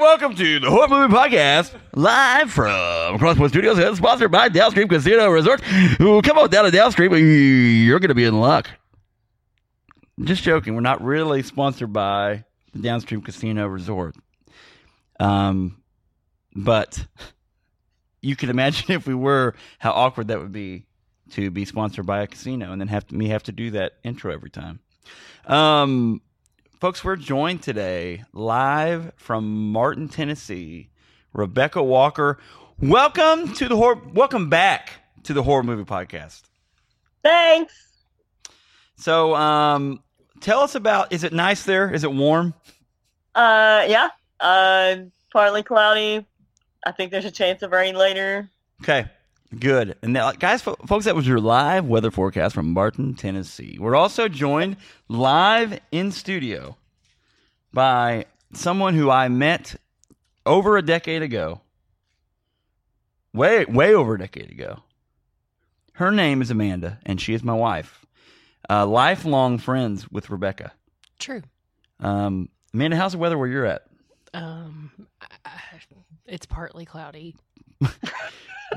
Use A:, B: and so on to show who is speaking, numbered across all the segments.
A: welcome to the Horror Movie Podcast, live from Crosspoint Studios and sponsored by Downstream Casino Resort. Ooh, come on down to Downstream, you're going to be in luck. Just joking, we're not really sponsored by the Downstream Casino Resort. Um, but you can imagine if we were, how awkward that would be to be sponsored by a casino and then have to, me have to do that intro every time. Um, folks, we're joined today live from Martin, Tennessee. Rebecca Walker, welcome to the horror. Welcome back to the horror movie podcast.
B: Thanks.
A: So, um, tell us about. Is it nice there? Is it warm?
B: Uh, yeah. Uh, partly cloudy. I think there's a chance of rain later.
A: Okay, good. And now, guys, fo- folks, that was your live weather forecast from Martin, Tennessee. We're also joined live in studio by someone who I met over a decade ago. Way, way over a decade ago. Her name is Amanda, and she is my wife. Uh, lifelong friends with Rebecca.
C: True.
A: Um, Amanda, how's the weather where you're at?
C: Um, I- I- it's partly cloudy.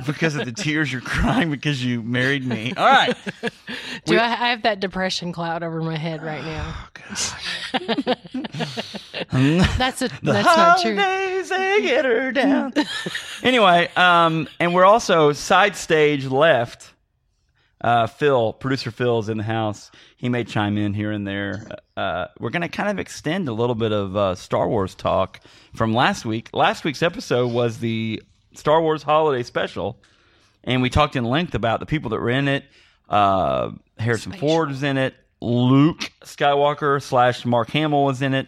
A: Because of the tears you're crying because you married me. All right.
C: Do
A: We-
C: I, I have that depression cloud over my head right now?
A: Oh, gosh.
C: That's a
A: The
C: that's not true.
A: holidays, they get her down. anyway, um, and we're also side stage left. Uh, Phil, producer Phil's in the house. He may chime in here and there. Uh, we're going to kind of extend a little bit of uh, Star Wars talk from last week. Last week's episode was the Star Wars holiday special, and we talked in length about the people that were in it. Uh, Harrison
C: Space
A: Ford was in it. Luke Skywalker slash Mark Hamill was in it.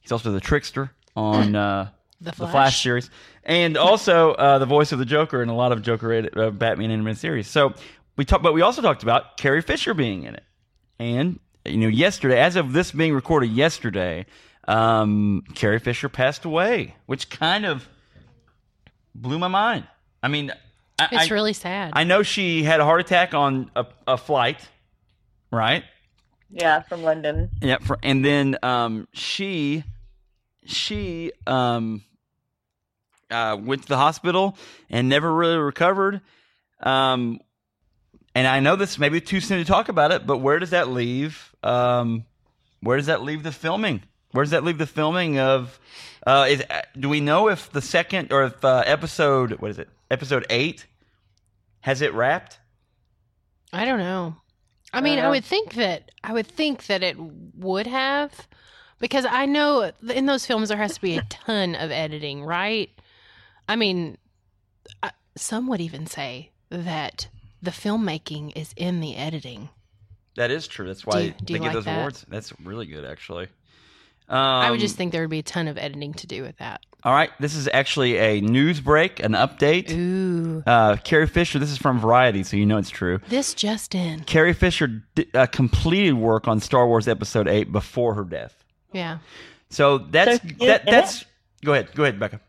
A: He's also the trickster on uh,
C: The
A: the Flash
C: Flash.
A: series, and also uh, the voice of the Joker in a lot of Joker uh, Batman animated series. So we talked, but we also talked about Carrie Fisher being in it, and you know, yesterday, as of this being recorded yesterday, um, Carrie Fisher passed away, which kind of blew my mind. I mean, I,
C: It's
A: I,
C: really sad.
A: I know she had a heart attack on a, a flight, right?
B: Yeah, from London.
A: Yeah, for, and then um, she she um, uh, went to the hospital and never really recovered. Um, and I know this may be too soon to talk about it, but where does that leave? Um, where does that leave the filming? Where does that leave the filming of? Uh, is do we know if the second or if uh, episode what is it? Episode eight has it wrapped?
C: I don't know. I mean, I
B: Uh,
C: would think that I would think that it would have, because I know in those films there has to be a ton of editing, right? I mean, I, some would even say that the filmmaking is in the editing.
A: That is true. That's
C: Do
A: why
C: you- do
A: they
C: you
A: give
C: like
A: those
C: that?
A: awards. That's really good, actually.
C: I would just
A: Um,
C: think there would be a ton of editing to do with that.
A: All right, this is actually a news break, an update.
C: Ooh,
A: Uh, Carrie Fisher, this is from Variety, so you know it's true.
C: this just in.
A: Carrie Fisher di- uh, completed work on Star Wars Episode Eight before her death.
C: Yeah.
A: So that's
B: So she is
A: that,
B: in
A: that's. Go ahead, go ahead, Becca.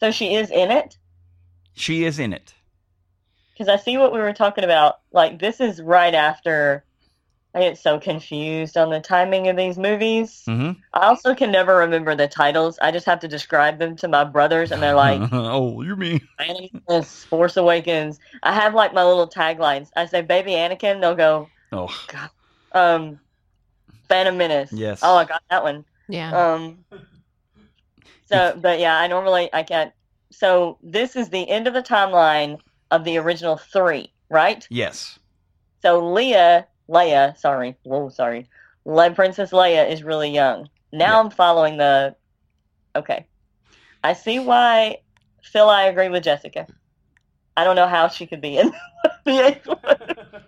B: So she is in it
A: She is in it.
B: because I see what we were talking about. Like this is right after. I get so confused on the timing of these movies.
A: Mm-hmm.
B: I also can never remember the titles. I just have to describe them to my brothers, and they're like,
A: "Oh, you mean
B: "Anakin's Force Awakens." I have like my little taglines. I say, "Baby Anakin," they'll go,
A: oh,
B: um, "Phantom Menace."
A: Yes.
B: Oh, I got that one.
C: Yeah.
A: Uh,
B: Um. So, but yeah, I normally I can't. So this is the end of the timeline of the original three, right?
A: yes,
B: So Leia, Leia, sorry, whoa, sorry, Le- Princess Leia is really young. Now
A: Yeah.
B: I'm following the. Okay, I see why. Phil, I agree with Jessica. I don't know how she could be in the eighth one.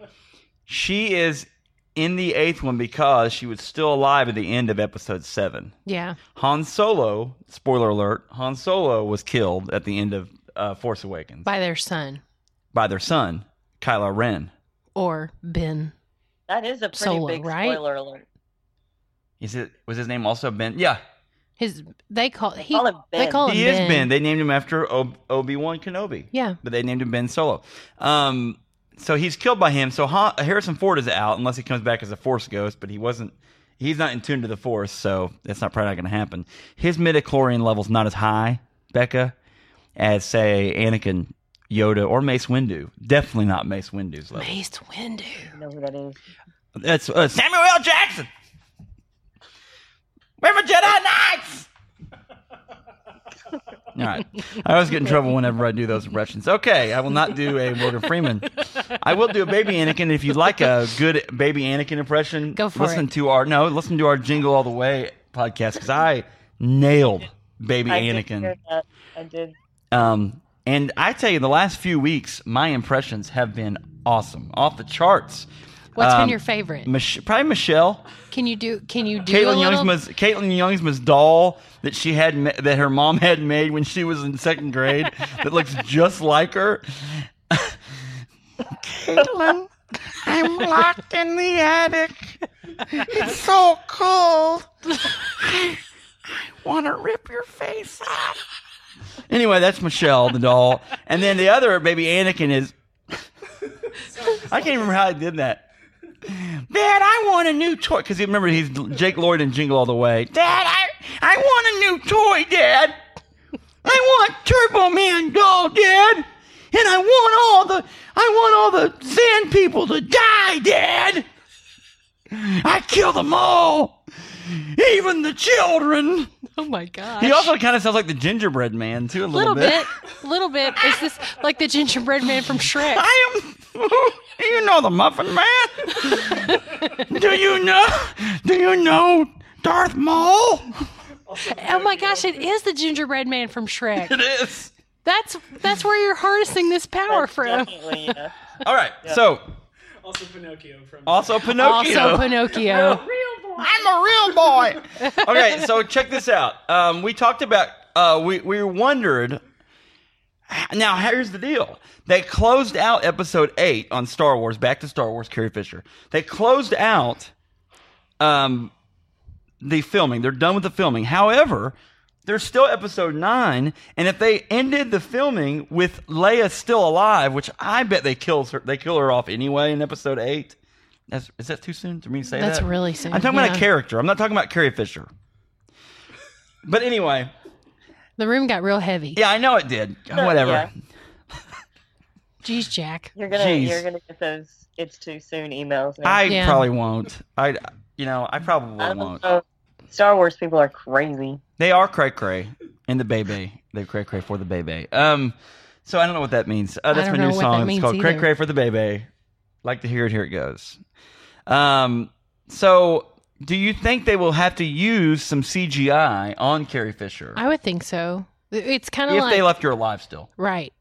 A: she is in the eighth one because she was still alive at the end of Episode Seven.
C: yeah.
A: Han Solo, spoiler alert, Han Solo was killed at the end of uh, Force Awakens by-,
C: By their son
A: their son, Kylo Ren.
C: or Ben.
B: That is a pretty
C: Solo,
B: big
C: right?
B: spoiler alert.
A: Is it was his name also Ben? Yeah,
C: His they call he
B: Call him
C: they
B: Ben.
C: call him
A: he
C: ben.
A: is Ben. They named him after Obi Wan Kenobi,
C: yeah.
A: but they named him Ben Solo. Um, so he's killed by him. So Han- Harrison Ford is out unless he comes back as a Force ghost, but he wasn't. he's not in tune to the force, so that's not probably not going to happen. His midichlorian level's not as high, Becca, as say Anakin, Yoda, or Mace Windu. Definitely not Mace Windu's level.
C: Mace Windu.
B: know who that is.
A: That's uh, Samuel L. Jackson. Where my Jedi Knights? All right. I always get in trouble whenever I do those impressions. Okay, I will not do a Morgan Freeman. I will do a baby Anakin. If you'd like a good baby Anakin impression,
C: Go for
A: listen
C: it.
A: to our no, listen to our Jingle All the Way podcast because I nailed baby
B: I did
A: Anakin.
B: hear that. I did.
A: Um, and I tell you, the last few weeks, my impressions have been awesome, off the charts.
C: What's
A: Um,
C: been your favorite?
A: Mich- probably Michelle.
C: Can you do? Can you do a
A: Caitlin
C: little?
A: Youngsma's Caitlin Youngsma's doll that she had ma- that her mom had made when she was in second grade that looks just like her. Caitlin, I'm locked in the attic. It's so cold. I want to rip your face off. Anyway, that's Michelle the doll, and then the other baby Anakin is. I can't remember how I did that. Dad, I want a new toy. Because remember, he's Jake Lloyd and Jingle All the Way. Dad, I, I want a new toy, Dad. I want Turbo Man doll, Dad. And I want all the I want all the Sand people to die, Dad. I kill them all, even the children.
C: oh my gosh!
A: He also kind of sounds like the Gingerbread Man too, a little,
C: little bit, little bit. Is this like the gingerbread man from Shrek?
A: I am. You know the Muffin Man. do you know? Do you know Darth Maul?
C: Oh my gosh! It is the gingerbread man from Shrek.
A: It is.
C: That's that's where you're harnessing this power
B: That's
C: from.
B: definitely, uh, yeah.
A: All right. So
D: Also Pinocchio from.
A: also Pinocchio.
C: Also Pinocchio.
A: I'm a real boy. okay, so check this out. Um, we talked about. Uh, we we wondered. Now here's the deal. They closed out episode eight on Star Wars. Back to Star Wars. Carrie Fisher. They closed out. Um, the filming. They're done with the filming. However, there's still episode nine, and if they ended the filming with Leia still alive, which I bet they kills her, they kill her off anyway in episode eight. That's is that too soon for me to say
C: That's
A: that?
C: really soon.
A: I'm talking about a
C: yeah.
A: character. I'm not talking about Carrie Fisher. But anyway,
C: The room got real heavy.
A: yeah, I know it did. Whatever.
B: yeah.
C: Jeez, Jack.
B: You're gonna
A: Jeez.
B: you're gonna get those it's too soon emails. now.
A: I
C: Yeah.
A: probably won't. I, you know, I probably
B: I don't
A: won't.
B: know. Star Wars people are crazy.
A: They are cray cray and the baby. They're cray cray for the baby. Um, so I don't know what that means. Uh, that's
C: I
A: my
C: don't
A: new
C: know what that
A: song. It's
C: means
A: called cray
C: either.
A: cray for the baby. Like to hear it. Here it goes. Um, so do you think they will have to use some CGI on Carrie Fisher
C: I would think so. It's kind of
A: if
C: like
A: they left her alive still?
C: right.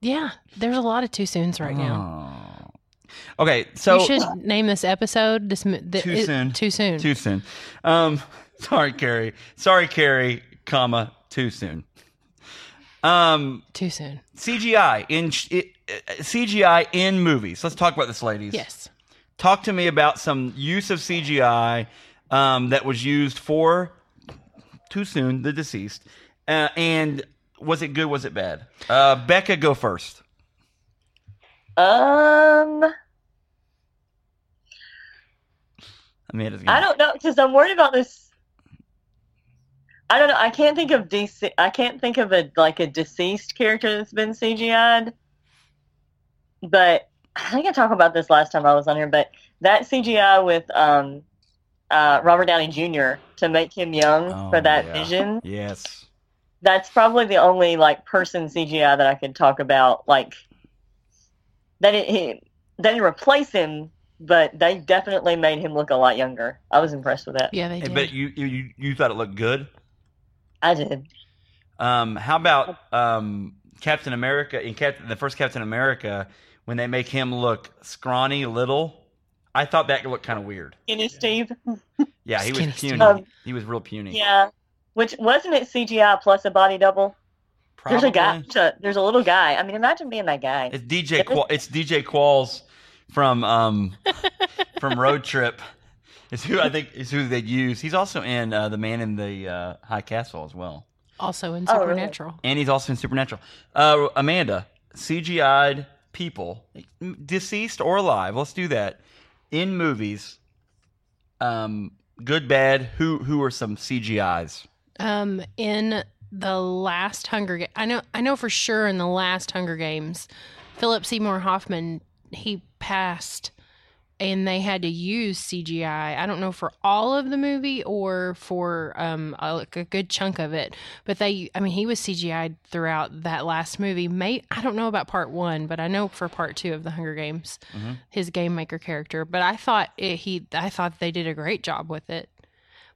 C: Yeah, there's a lot of too soons right now.
A: Oh. Okay, Uh-huh. so
C: you should name this episode. This m- the,
A: Too
C: it-
A: soon.
C: Too soon.
A: too soon. Um, sorry, Carrie. Sorry, Carrie. Comma too soon. Um,
C: Too soon.
A: CGI in it, uh, CGI in movies. Let's talk about this, ladies.
C: Yes.
A: Talk to me about some use of CGI um, that was used for too soon the deceased, uh, and was it good? Was it bad? Uh, Becca, go first.
B: Um
A: I mean, it's-
B: I don't know because I'm worried about this. I don't know. I can't think of DC. I can't think of a like a deceased character that's been CGI'd. But I think I talked about this last time I was on here. But that CGI with um, uh, Robert Downey Jr. to make him young
A: Oh,
B: for that
A: yeah.
B: Vision.
A: Yes.
B: That's probably the only like person CGI that I could talk about. Like they didn't he, they didn't replace him, but they definitely made him look a lot younger. I was impressed with that.
C: Yeah, they did.
A: But you, you- you you thought it looked good.
B: I did.
A: Um, how about um, Captain America in Captain, the first Captain America when they make him look scrawny, little? I thought that looked kind of weird.
B: Skinny Steve.
A: Yeah, he
C: Skinny
A: was puny.
C: Steve.
B: Um,
A: he was real puny.
B: Yeah. Which wasn't it CGI plus a body double?
A: Probably.
B: There's a guy. there's a- There's a little guy. I mean, imagine being that guy.
A: It's DJ. Qual- it's DJ Qualls from um, from Road Trip. Is who I think is who they'd use. He's also in uh, the Man in the uh, High Castle as well,
C: also in
B: Oh, really?
C: Supernatural.
A: and he's also in Supernatural. Uh, Amanda, CGI'd people, deceased or alive. Let's do that in movies Um, good, bad. Who who are some CGIs?
C: Um, in the last Hunger, Ga- I know, I know for sure. In the last Hunger Games, Philip Seymour Hoffman he passed, and they had to use CGI. I don't know for all of the movie or for um a, like a good chunk of it, but they, I mean, he was CGI throughout that last movie. May I don't know about part one, but I know for part two of the Hunger Games,
A: Mhm.
C: his game maker character. But I thought it, he, I thought they did a great job with it.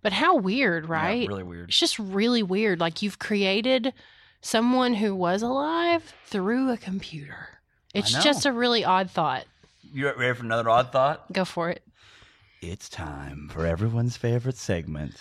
C: But how weird,
A: Yeah,
C: right?
A: really weird.
C: it's just really weird. Like you've created someone who was alive through a computer.
A: I
C: It's
A: know.
C: just a really odd thought.
A: You ready for another odd thought?
C: Go for it.
A: It's time for everyone's favorite segment.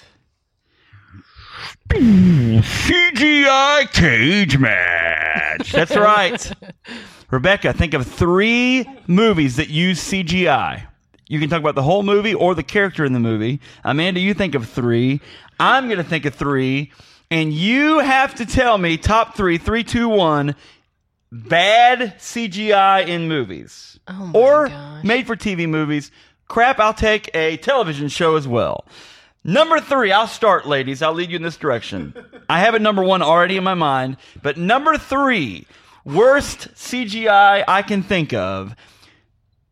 A: CGI cage match. That's right. Rebecca, think of three movies that use CGI. You can talk about the whole movie or the character in the movie. Amanda, you think of three. I'm going to think of three. And you have to tell me top three, three, two, one, bad CGI in movies
C: Oh my
A: or
C: gosh.
A: made for TV movies. Crap, I'll take a television show as well. Number three, I'll start, ladies. I'll lead you in this direction. I have a number one already in my mind, but number three, worst CGI I can think of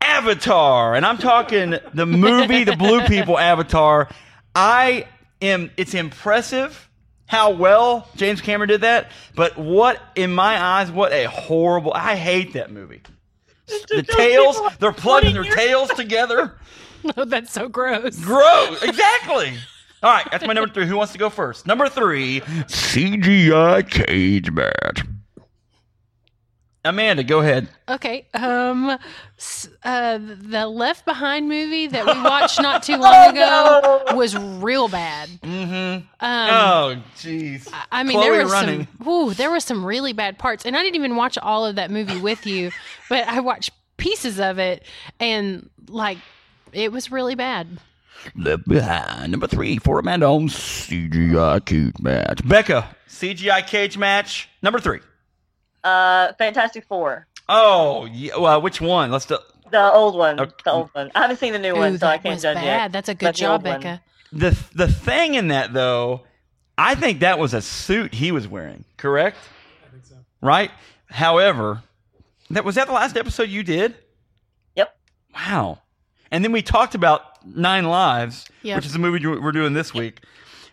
A: Avatar. And I'm talking the movie, the Blue People Avatar. I am, it's impressive how well James Cameron did that, but what, in my eyes, what a horrible, I hate that movie the tails. They're plugging their tails together.
C: Oh, that's so gross.
A: Gross. Exactly. All right, that's my number three. Who wants to go first? Number three, CGI cage match. Amanda, go ahead.
C: okay. Um, s- uh, the Left Behind movie that we watched not too long
B: Oh,
C: ago
B: no.
C: was real bad.
A: Mm-hmm.
C: Um,
A: Oh, jeez.
C: I- I mean,
A: Chloe
C: there were
A: running.
C: some. Woo, there were some really bad parts, and I didn't even watch all of that movie with you, but I watched pieces of it, and like, it was really bad.
A: Left behind. Number three for Amanda on CGI cage match. Becca, CGI cage match. Number three.
B: Uh, Fantastic Four,
A: Oh, yeah. Well, which one? Let's do.
B: the old one,
A: Okay.
B: the old one. I haven't seen the new
C: Ooh,
B: one, so I
C: that
B: can't
C: was
B: judge
C: bad.
B: yet.
C: That's a
B: But
C: good
B: the
C: job,
B: old one.
C: Becca.
A: the the thing in that though, I think that was a suit he was wearing. Correct.
D: I think so.
A: right? However, that was that the last episode you did?
B: Yep.
A: Wow. And then we talked about Nine Lives,
C: Yep.
A: which is the movie you- we're doing this week.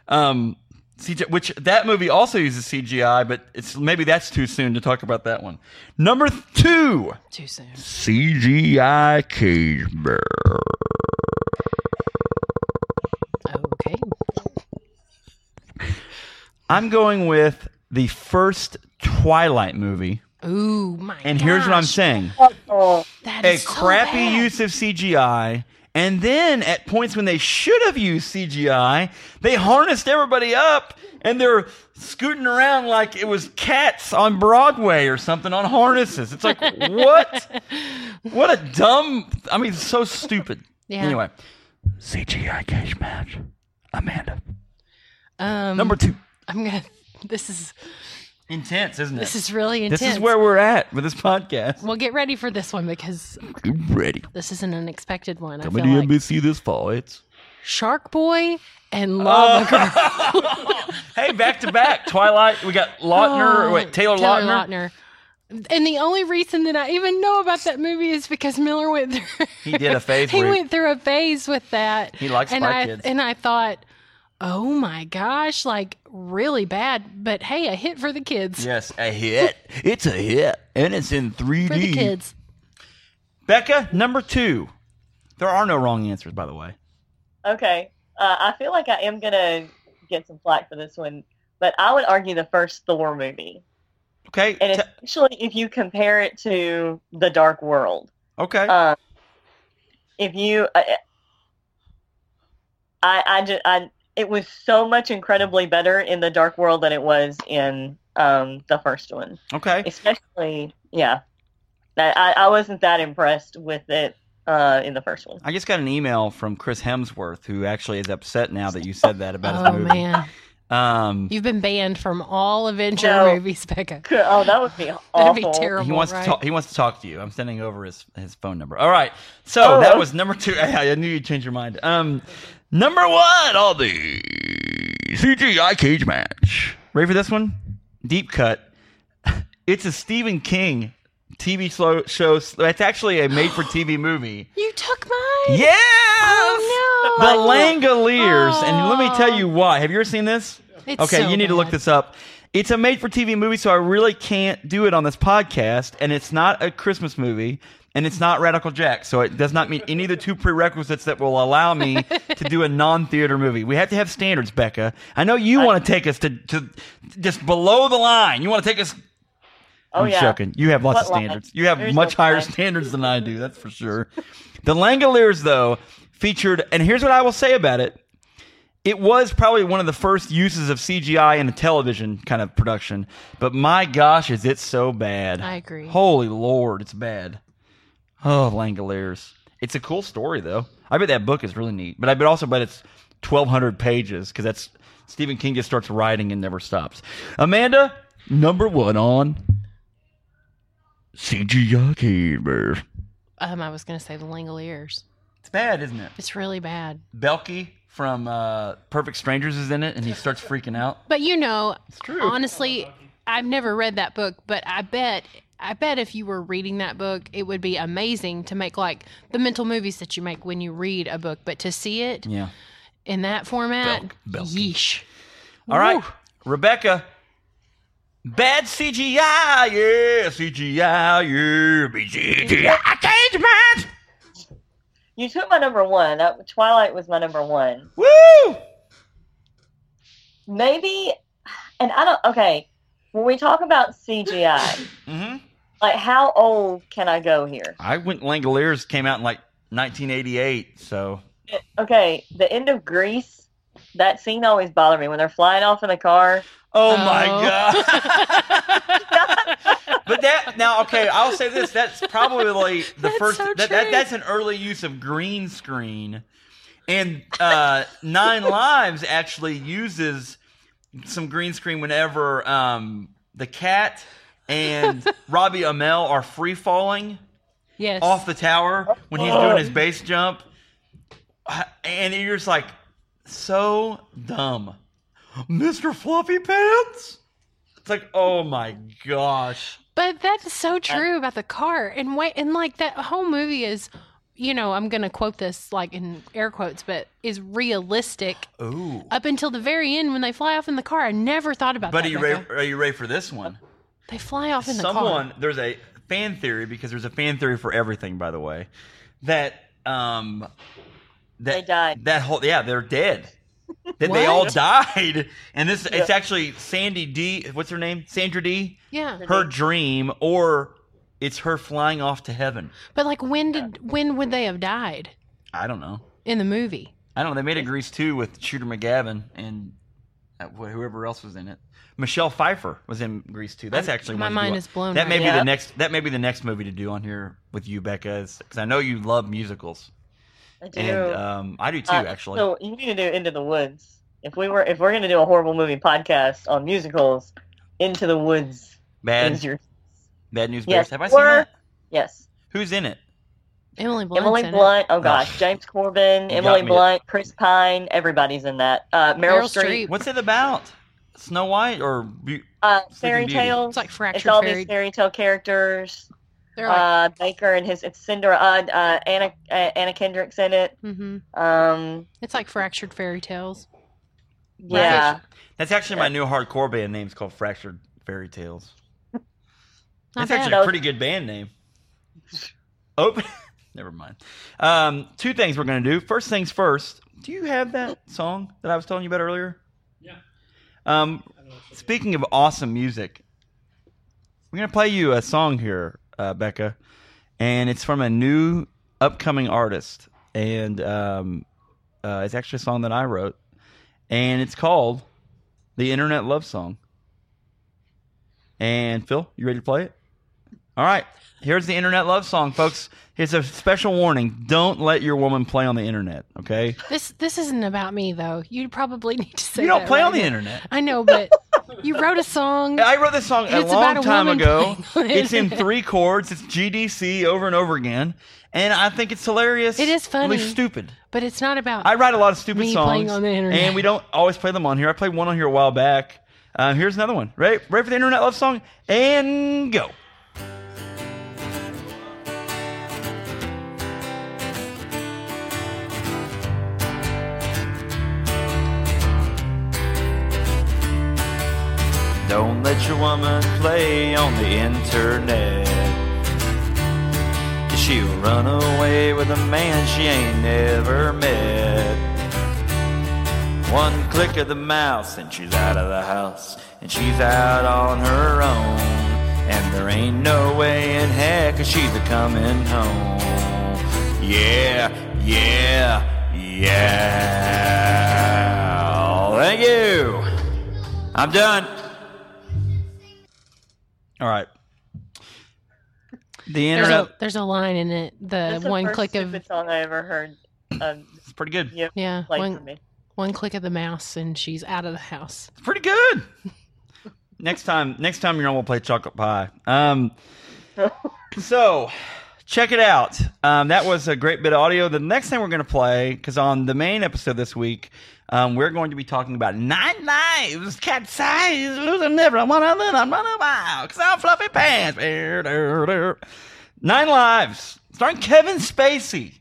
A: Um, CGI, which that movie also uses CGI, but it's maybe that's too soon to talk about that one. Number two,
C: Too soon.
A: CGI cage bear.
C: Okay.
A: I'm going with the first Twilight movie,
C: Ooh, my.
A: and here's what I'm
C: gosh.
A: saying.
B: Oh,
C: That
A: a
C: is so
A: crappy
C: bad.
A: use of CGI. And then at points when they should have used CGI, they harnessed everybody up and they're scooting around like it was cats on Broadway or something on harnesses. It's like, what? What a dumb. I mean, so stupid.
C: Yeah.
A: Anyway, CGI cash match. Amanda.
C: Um,
A: Number two.
C: I'm gonna. This is
A: Intense, isn't it?
C: this is really intense.
A: This is where we're at with this podcast.
C: Well, get ready for this one because
A: I'm ready.
C: this is an unexpected one. I
A: Coming
C: feel
A: to
C: like
A: NBC this fall. It's.
C: Shark Boy
A: Uh,
C: and Lava Girl.
A: hey, back to back. Twilight. We got Lautner.
C: Oh,
A: wait, Taylor, Lautner.
C: Lautner. And the only reason that I even know about that movie is because Miller went through.
A: He did a phase
C: he
A: where he-
C: went through a phase with that.
A: He likes
C: and
A: Spy
C: I,
A: Kids.
C: And I thought, oh my gosh, like really bad, but hey, a hit for the kids.
A: Yes, a hit. It's a hit, and it's in 3D.
C: For the kids.
A: Becca, number two. There are no wrong answers, by the way.
B: okay. Uh, I feel like I am gonna get some flack for this one, but I would argue the first Thor movie,
A: Okay.
B: and
A: t-
B: especially if you compare it to The Dark World.
A: okay.
B: Um, if you, I, I, I, ju- I, it was so much incredibly better in the Dark World than it was in um, the first one.
A: okay.
B: Especially, yeah, I, I- I wasn't that impressed with it uh, in the first one.
A: I just got an email from Chris Hemsworth, who actually is upset now that you said that about his
C: Oh
A: movie.
C: man.
A: Um,
C: You've been banned from all Avenger
B: No.
C: movies, Becca.
B: Good. Oh, that would be awful.
C: That'd be terrible.
A: he wants
C: right?
A: to talk. He wants to talk to you. I'm sending over his his phone number. All right. So
B: Oh.
A: that was number two. I, I knew you'd change your mind. Um, number one on the CGI cage match. Ready for this one? Deep cut. It's a Stephen King TV slow show. It's actually a made for TV movie.
C: You took mine.
A: Yes.
C: Oh,
A: The
C: no.
A: Langoliers. And let me tell
C: Aw.
A: you why. Have you ever seen this?
C: It's
A: okay,
C: so
A: you need to look
C: bad.
A: this up. It's a made for TV movie, so I really can't do it on this podcast. And it's not a Christmas movie, and it's not Radical Jack. So it does not meet any of the two prerequisites that will allow me to do a non theater movie. We have to have standards, Becca. I know you want to take us to, to just below the line. You want to take us
B: Oh
A: I'm
B: yeah.
A: joking. You have lots
B: What
A: of
B: line?
A: standards. You have
B: There's
A: much
B: no
A: higher
B: line.
A: standards than I do, that's for sure. the Langoliers, though, featured, and here's what I will say about it. It was probably one of the first uses of CGI in a television kind of production, but my gosh, is it so bad.
C: I agree.
A: Holy Lord, it's bad. Oh, Langoliers. It's a cool story, though. I bet that book is really neat, but I bet also bet it's 1,200 pages because that's Stephen King just starts writing and never stops. Amanda, number one on CGI Gamer.
C: Um, I was gonna say the Langoliers.
A: It's bad, isn't it?
C: It's really bad.
A: Belky from uh, Perfect Strangers is in it, and he starts freaking out.
C: But you know,
A: It's true.
C: honestly, I've never read that book, but I bet I bet if you were reading that book, it would be amazing to make like the mental movies that you make when you read a book, but to see it
A: yeah.
C: in that format,
A: Belk- Belky.
C: yeesh.
A: All right,
C: Woo.
A: Rebecca. Bad CGI, yeah, CGI, yeah, be CGI change match.
B: You took my number one. That Twilight was my number one.
A: Woo!
B: Maybe, and I don't. Okay, when we talk about CGI,
A: hmm
B: like how old can I go here?
A: I went Langoliers came out in like 1988, so
B: Okay, the end of Grease. That scene always bothered me when they're flying off in the car.
A: oh,
C: Oh.
A: my god. but that now, okay, I'll say this: that's probably the
C: That's
A: first.
C: so
A: that, that
C: true.
A: that's an early use of green screen, and uh, Nine Lives actually uses some green screen whenever um, the cat and Robbie Amell are free falling
C: Yes.
A: off the tower when he's doing his base jump. And you're just like, so dumb. Mr. Fluffy Pants? It's like, oh my gosh.
C: But that's so true about the car. And wait, and like that whole movie is, you know, I'm going to quote this like in air quotes, but is realistic
A: Ooh.
C: up until the very end when they fly off in the car. I never thought about
A: But are
C: that.
A: you, ready,
C: Becca.
A: are you ready for this one?
C: They fly off in the
A: Someone,
C: car.
A: there's a fan theory, because there's a fan theory for everything, by the way, that, um, that,
B: They died.
A: That whole, yeah, they're dead. That they all
C: What?
A: died. And this, it's
B: Yeah.
A: actually Sandy D, what's her name? Sandra D?
C: Yeah.
A: her dream or it's her flying off to heaven.
C: But like when did when would they have died
A: I don't know.
C: in the movie?
A: I don't know. They made a Grease 2 with Shooter McGavin and uh, wh- whoever else was in it. Michelle Pfeiffer was in Grease 2. That's actually
C: My
A: one to do
C: mind
A: on-
C: is blown.
A: That may
C: right
A: be
C: now.
A: the
B: Yeah.
A: next that may be the next movie to do on here with you Becca cuz I know you love musicals.
B: I do.
A: And um, I do too
B: Uh,
A: actually.
B: So you need to do Into the Woods. If we were, if we're gonna do a horrible movie podcast on musicals, Into the Woods
A: Bad
B: is your
A: Bad News
B: yes,
A: Bears. Have I seen
B: or-
A: that?
B: yes.
A: Who's in it?
C: Emily Blunt.
B: Emily Blunt. Oh gosh,
A: Oh.
B: James Corbin,
A: You
B: Emily
A: got me.
B: Blunt, Chris Pine. Everybody's in that. Uh, Meryl,
C: Meryl
B: Streep.
C: Streep.
A: What's it about? Snow White or Be-
B: Uh,
A: Sleeping
B: fairy
A: Beauty.
B: tales.
C: It's like
B: It's
C: fractured
B: all
C: fairy.
B: these fairy tale characters.
C: They're like,
B: Uh, Baker and his it's Cinderella. Uh, uh, Anna uh, Anna Kendrick's in it.
C: hmm
B: Um,
C: It's like fractured fairy tales.
B: yeah.
C: Right.
A: That's actually
B: Uh,
A: my new hardcore band name. It's called Fractured Fairy Tales.
C: Not
A: That's
C: bad.
A: actually a pretty good band name. Open. Never mind. Um, two things we're gonna do. First things first. Do you have that song that I was telling you about earlier?
D: Yeah.
A: Um,
D: I don't know if I do.
A: speaking of awesome music, we're gonna play you a song here, uh, Becca, and it's from a new upcoming artist, and um, uh, it's actually a song that I wrote, and it's called "The Internet Love Song." And Phil, you ready to play it? All right. Here's the internet love song, folks. Here's a special warning. Don't let your woman play on the internet, okay?
C: This this isn't about me though. You probably need to say
A: you don't
C: that
A: play
C: right
A: on the
C: now.
A: internet.
C: I know, but you wrote a song.
A: I wrote this song a
C: It's
A: long
C: about a
A: time
C: woman
A: ago.
C: playing on the
A: It's in
C: internet.
A: three chords. It's GDC over and over again. And I think it's hilarious.
C: It is funny.
A: Really stupid.
C: but it's not about.
A: I write a lot of stupid
C: Me
A: songs.
C: playing on the internet.
A: And we don't always play them on here. I played one on here a while back. Uh, here's another one. Ready, ready for the internet love song? And go.
E: Don't let your woman play on the internet. She'll run away with a man she ain't never met. One click of the mouse and she's out of the house. And she's out on her own. And there ain't no way in heck she's a coming home. Yeah, yeah, yeah. Thank you. I'm done.
A: All right. The
C: there's,
A: internet
C: a, there's a line in it. The
B: That's the
C: one
B: first
C: click of
B: stupid song I ever heard. Um,
A: is pretty good.
B: yeah,
C: yeah,
B: played for
C: one,
B: me.
C: one click of the mouse and she's out of the house.
A: It's pretty good. next time, next time you're on, we'll play chocolate pie. Um, so check it out. Um, that was a great bit of audio. The next thing we're going to play, because on the main episode this week, um, we're going to be talking about nine knives, cat size, losing never. I want to live, I'm running wild, because I'm fluffy pants. Nine lives, starring Kevin Spacey.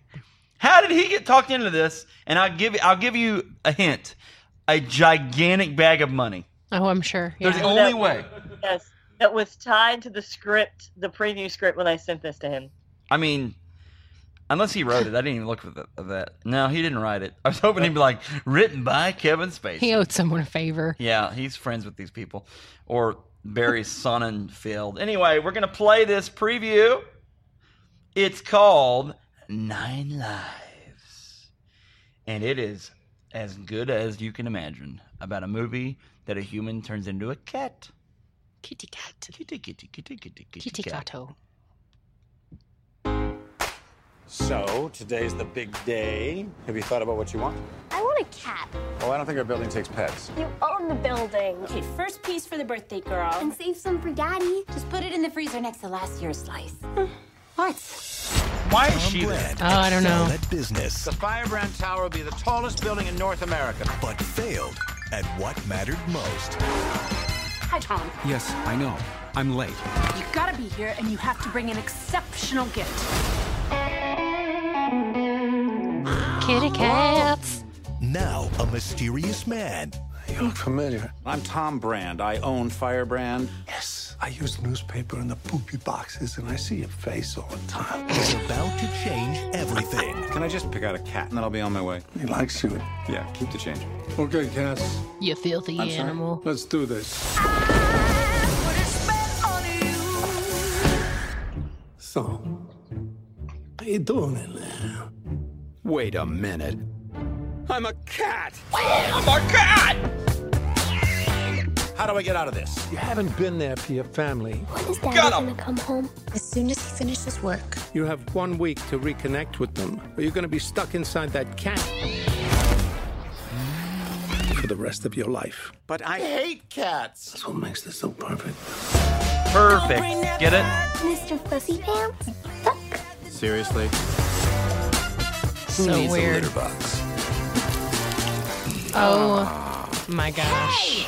A: How did he get talked into this? And I'll give I'll give you a hint: a gigantic bag of money.
C: Oh, I'm sure.
A: There's
C: yeah.
A: the only way.
B: Yes, that was tied to the script, the preview script when I sent this to him.
A: I mean, unless he wrote it, I didn't even look for the, of that. No, he didn't write it. I was hoping he'd be like written by Kevin Spacey.
C: he owed someone a favor.
A: Yeah, he's friends with these people, or Barry Sonnenfeld. Anyway, we're gonna play this preview. It's called Nine Lives, and it is as good as you can imagine about a movie that a human turns into a cat.
C: Kitty cat.
A: Kitty, kitty, kitty, kitty, kitty,
C: Kitty Oh,
A: cat.
C: cato.
F: So, today's the big day. Have you thought about what you want?
G: I want a cat.
F: Oh, I don't think our building takes pets.
G: You own the building.
H: Okay, first piece for the birthday girl.
G: And save some for daddy. Just put it in the freezer next to last year's slice. What?
A: Why is she there?
C: Oh, I don't know.
I: At business,
F: The Firebrand Tower will be the tallest building in North America.
I: but failed at what mattered most.
G: Hi, Tom.
J: Yes, I know. I'm late.
H: You gotta be here and you have to bring an exceptional gift.
C: Kitty cats.
I: Now, a mysterious man
J: You look familiar.
F: I'm Tom Brand. I own Firebrand.
J: Yes, I use newspaper in the poopy boxes, and I see your face all the time.
I: is about to change everything.
F: Can I just pick out a cat and then I'll be on my way?
J: He likes you.
F: Yeah, keep the change.
J: Okay, Cass.
C: You filthy
F: I'm sorry?
C: animal.
J: Let's do this. So, how you doing in there?
F: Wait a minute. I'm a cat! I'm a cat! How do I get out of this?
J: You haven't been there for your family.
G: When is daddy gonna come home? As soon as he finishes work.
J: You have one week to reconnect with them, or you're going to be stuck inside that cat for the rest of your life.
F: But I hate cats!
J: That's what makes this so perfect.
A: Perfect. Get it?
G: Mr. Fuzzy Pants? Look.
F: Seriously?
C: So weird.
J: box?
C: Oh my gosh.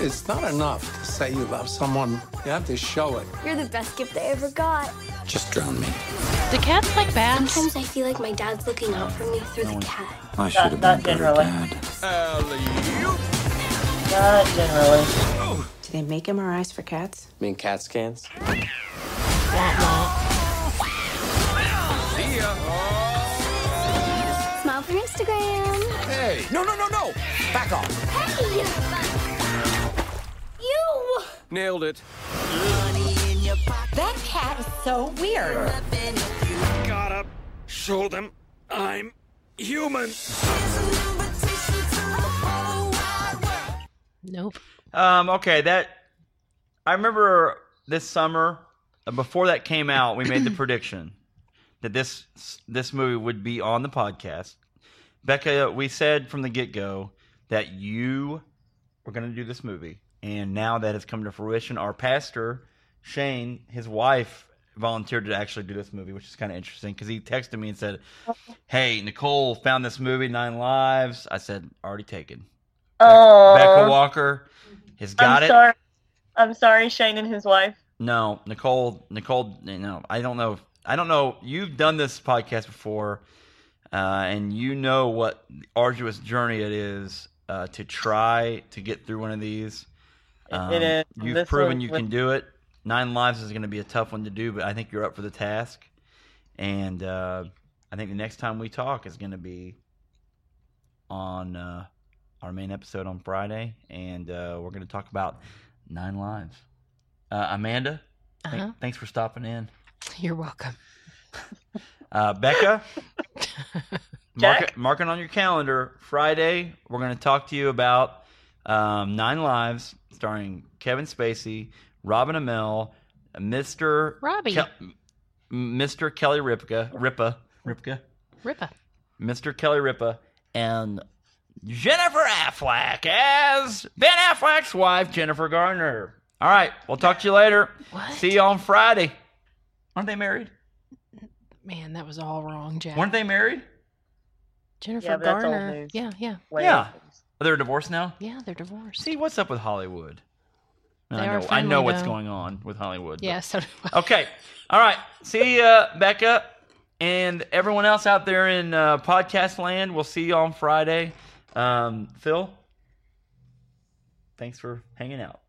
J: It's not enough to say you love someone. You have to show it.
G: You're the best gift I ever got.
F: Just drown me.
C: Do cats like bats?
G: Sometimes I feel like my dad's looking out for me through the cat.
F: I should
B: Not, not generally. Not generally.
H: Do they make MRIs for cats?
K: mean cat scans?
G: Smile for Instagram.
F: Hey! No, no, no, no! Back off!
G: Hey! You!
F: Nailed it.
G: That cat is so weird.
F: Show them I'm human.
C: Nope.
A: Um, okay, that I remember this summer before that came out, we made the prediction that this this movie would be on the podcast. Becca, we said from the get go that you were going to do this movie, and now that has come to fruition. Our pastor Shane, his wife, volunteered to actually do this movie, which is kind of interesting because he texted me and said, "Hey, Nicole found this movie, Nine Lives." I said, "Already taken."
B: Oh,
A: Becca Walker has got
B: I'm
A: it.
B: Sorry. I'm sorry, Shane and his wife.
A: No, Nicole, Nicole, no, I don't know. I don't know. You've done this podcast before, uh, and you know what arduous journey it is uh, to try to get through one of these. Um,
B: it is.
A: You've
B: This
A: proven
B: one
A: you
B: was-
A: can do it. Nine lives is going to be a tough one to do, but I think you're up for the task. And uh, I think the next time we talk is going to be on uh, our main episode on Friday, and uh, we're going to talk about Nine Lives. Uh, Amanda, thank-
C: Uh-huh.
A: thanks for stopping in.
C: You're welcome.
A: Uh, Becca, mark,
B: Jack?
A: it, mark it on your calendar. Friday, we're going to talk to you about um, Nine Lives, starring Kevin Spacey, Robin Amell, Mr.
C: Robbie.
A: Ke- Mr. Kelly Ripka, Ripa, Ripka,
C: Ripa.
A: Mr. Kelly Ripa, and Jennifer Affleck as Ben Affleck's wife, Jennifer Garner. All right, we'll talk to you later.
C: What?
A: See you on Friday. Aren't they married?
C: Man, that was all wrong, Jack.
A: Weren't they married?
C: Jennifer
B: Yeah, but that's old
C: Garner.
B: news.
C: Yeah, yeah,
B: Wait.
A: Yeah. They're divorced now.
C: yeah. They're divorced.
A: See what's up with Hollywood. And
C: They
A: I
C: are
A: know, I know
C: finally,
A: what's
C: though.
A: going on with Hollywood. but-
C: yeah. So
A: Okay. All right. See ya, Becca, and everyone else out there in uh, podcast land. We'll see you on Friday. Um, Phil, thanks for hanging out.